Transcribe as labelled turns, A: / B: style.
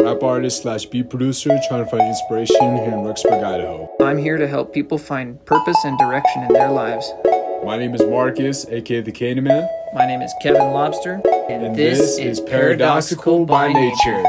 A: rap artist slash beat producer trying to find inspiration here in Rexburg, Idaho.
B: I'm here to help people find purpose and direction in their lives.
A: My name is Marcus, aka the Candyman,
B: My name is Kevin Lobster, and,
A: and this, is Paradoxical by Nature.